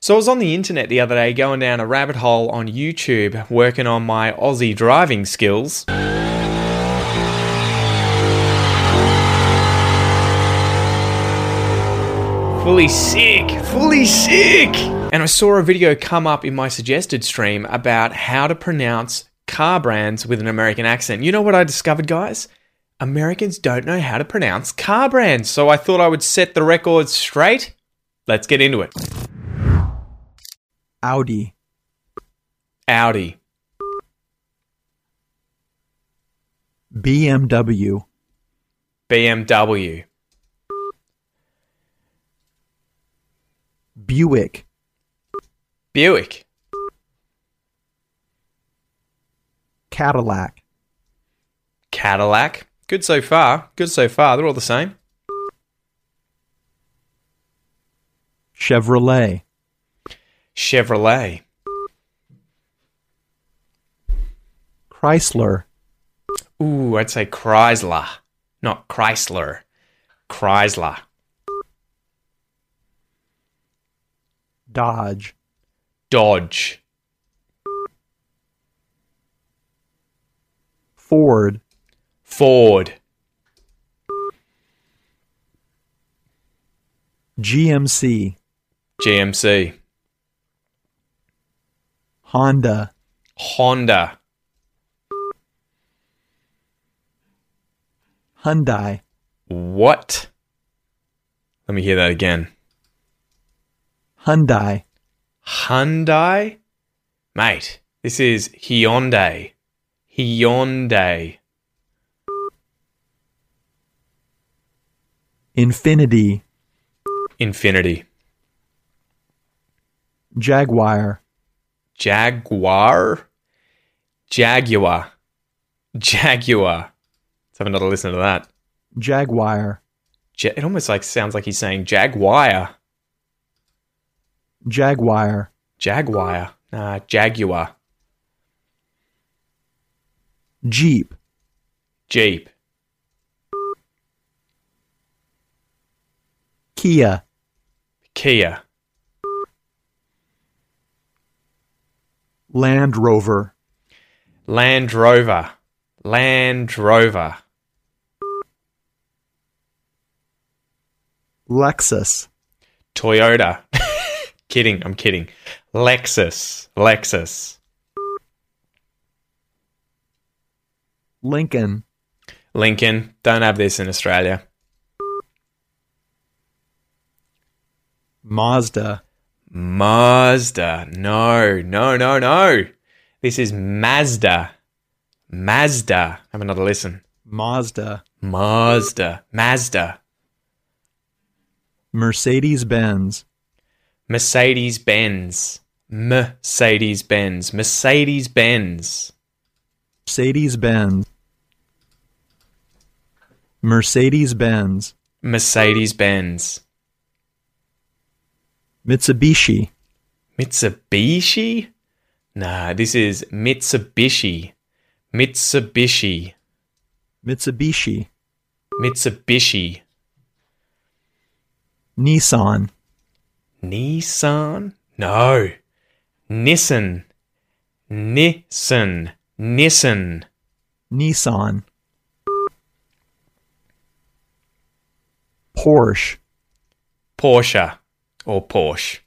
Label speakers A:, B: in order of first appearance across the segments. A: So I was on the internet the other day going down a rabbit hole on YouTube working on my Aussie driving skills. Fully sick, fully sick. And I saw a video come up in my suggested stream about how to pronounce car brands with an American accent. You know what I discovered, guys? Americans don't know how to pronounce car brands. So I thought I would set the record straight. Let's get into it.
B: Audi.
A: Audi,
B: BMW.
A: BMW,
B: Buick.
A: Buick,
B: Cadillac.
A: Cadillac. Good so far. Good so far. They're all the same.
B: Chevrolet.
A: Chevrolet,
B: Chrysler.
A: Ooh, I'd say Chrysler, not Chrysler. Chrysler,
B: Dodge.
A: Dodge,
B: Ford.
A: Ford,
B: GMC.
A: GMC,
B: Honda.
A: Honda,
B: Hyundai.
A: What? Let me hear that again.
B: Hyundai.
A: Hyundai? Mate, this is Hyundai. Hyundai.
B: Infinity.
A: Infinity.
B: Jaguar.
A: Jaguar? Jaguar. Jaguar. Let's have another listen to that.
B: Jaguar.
A: Ja- it almost like sounds like he's saying Jaguar.
B: Jaguar.
A: Jaguar. Nah, Jaguar.
B: Jeep.
A: Jeep.
B: Kia.
A: Kia.
B: Land Rover.
A: Land Rover. Land Rover.
B: Lexus.
A: Toyota. kidding, I'm kidding. Lexus. Lexus.
B: Lincoln.
A: Lincoln. Don't have this in Australia.
B: Mazda.
A: Mazda. No, no, no, no. This is Mazda. Mazda. Have another listen.
B: Mazda.
A: Mazda. Mazda.
B: Mercedes Benz.
A: Mercedes Benz. Mercedes Benz. Mercedes Benz.
B: Mercedes Benz. Mercedes Benz.
A: Mercedes Benz.
B: Mitsubishi.
A: Mitsubishi? Nah, this is Mitsubishi. Mitsubishi.
B: Mitsubishi.
A: Mitsubishi.
B: Nissan.
A: Nissan? No. Nissan. Nissan. Nissan.
B: Nissan. Porsche.
A: Porsche or Porsche.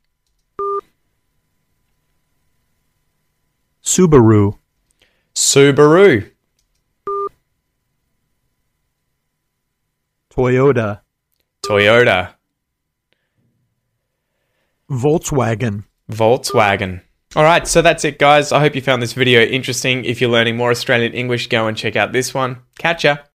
B: Subaru.
A: Subaru.
B: Toyota.
A: Toyota.
B: Volkswagen.
A: Volkswagen. All right, so that's it, guys. I hope you found this video interesting. If you're learning more Australian English, go and check out this one. Catch ya.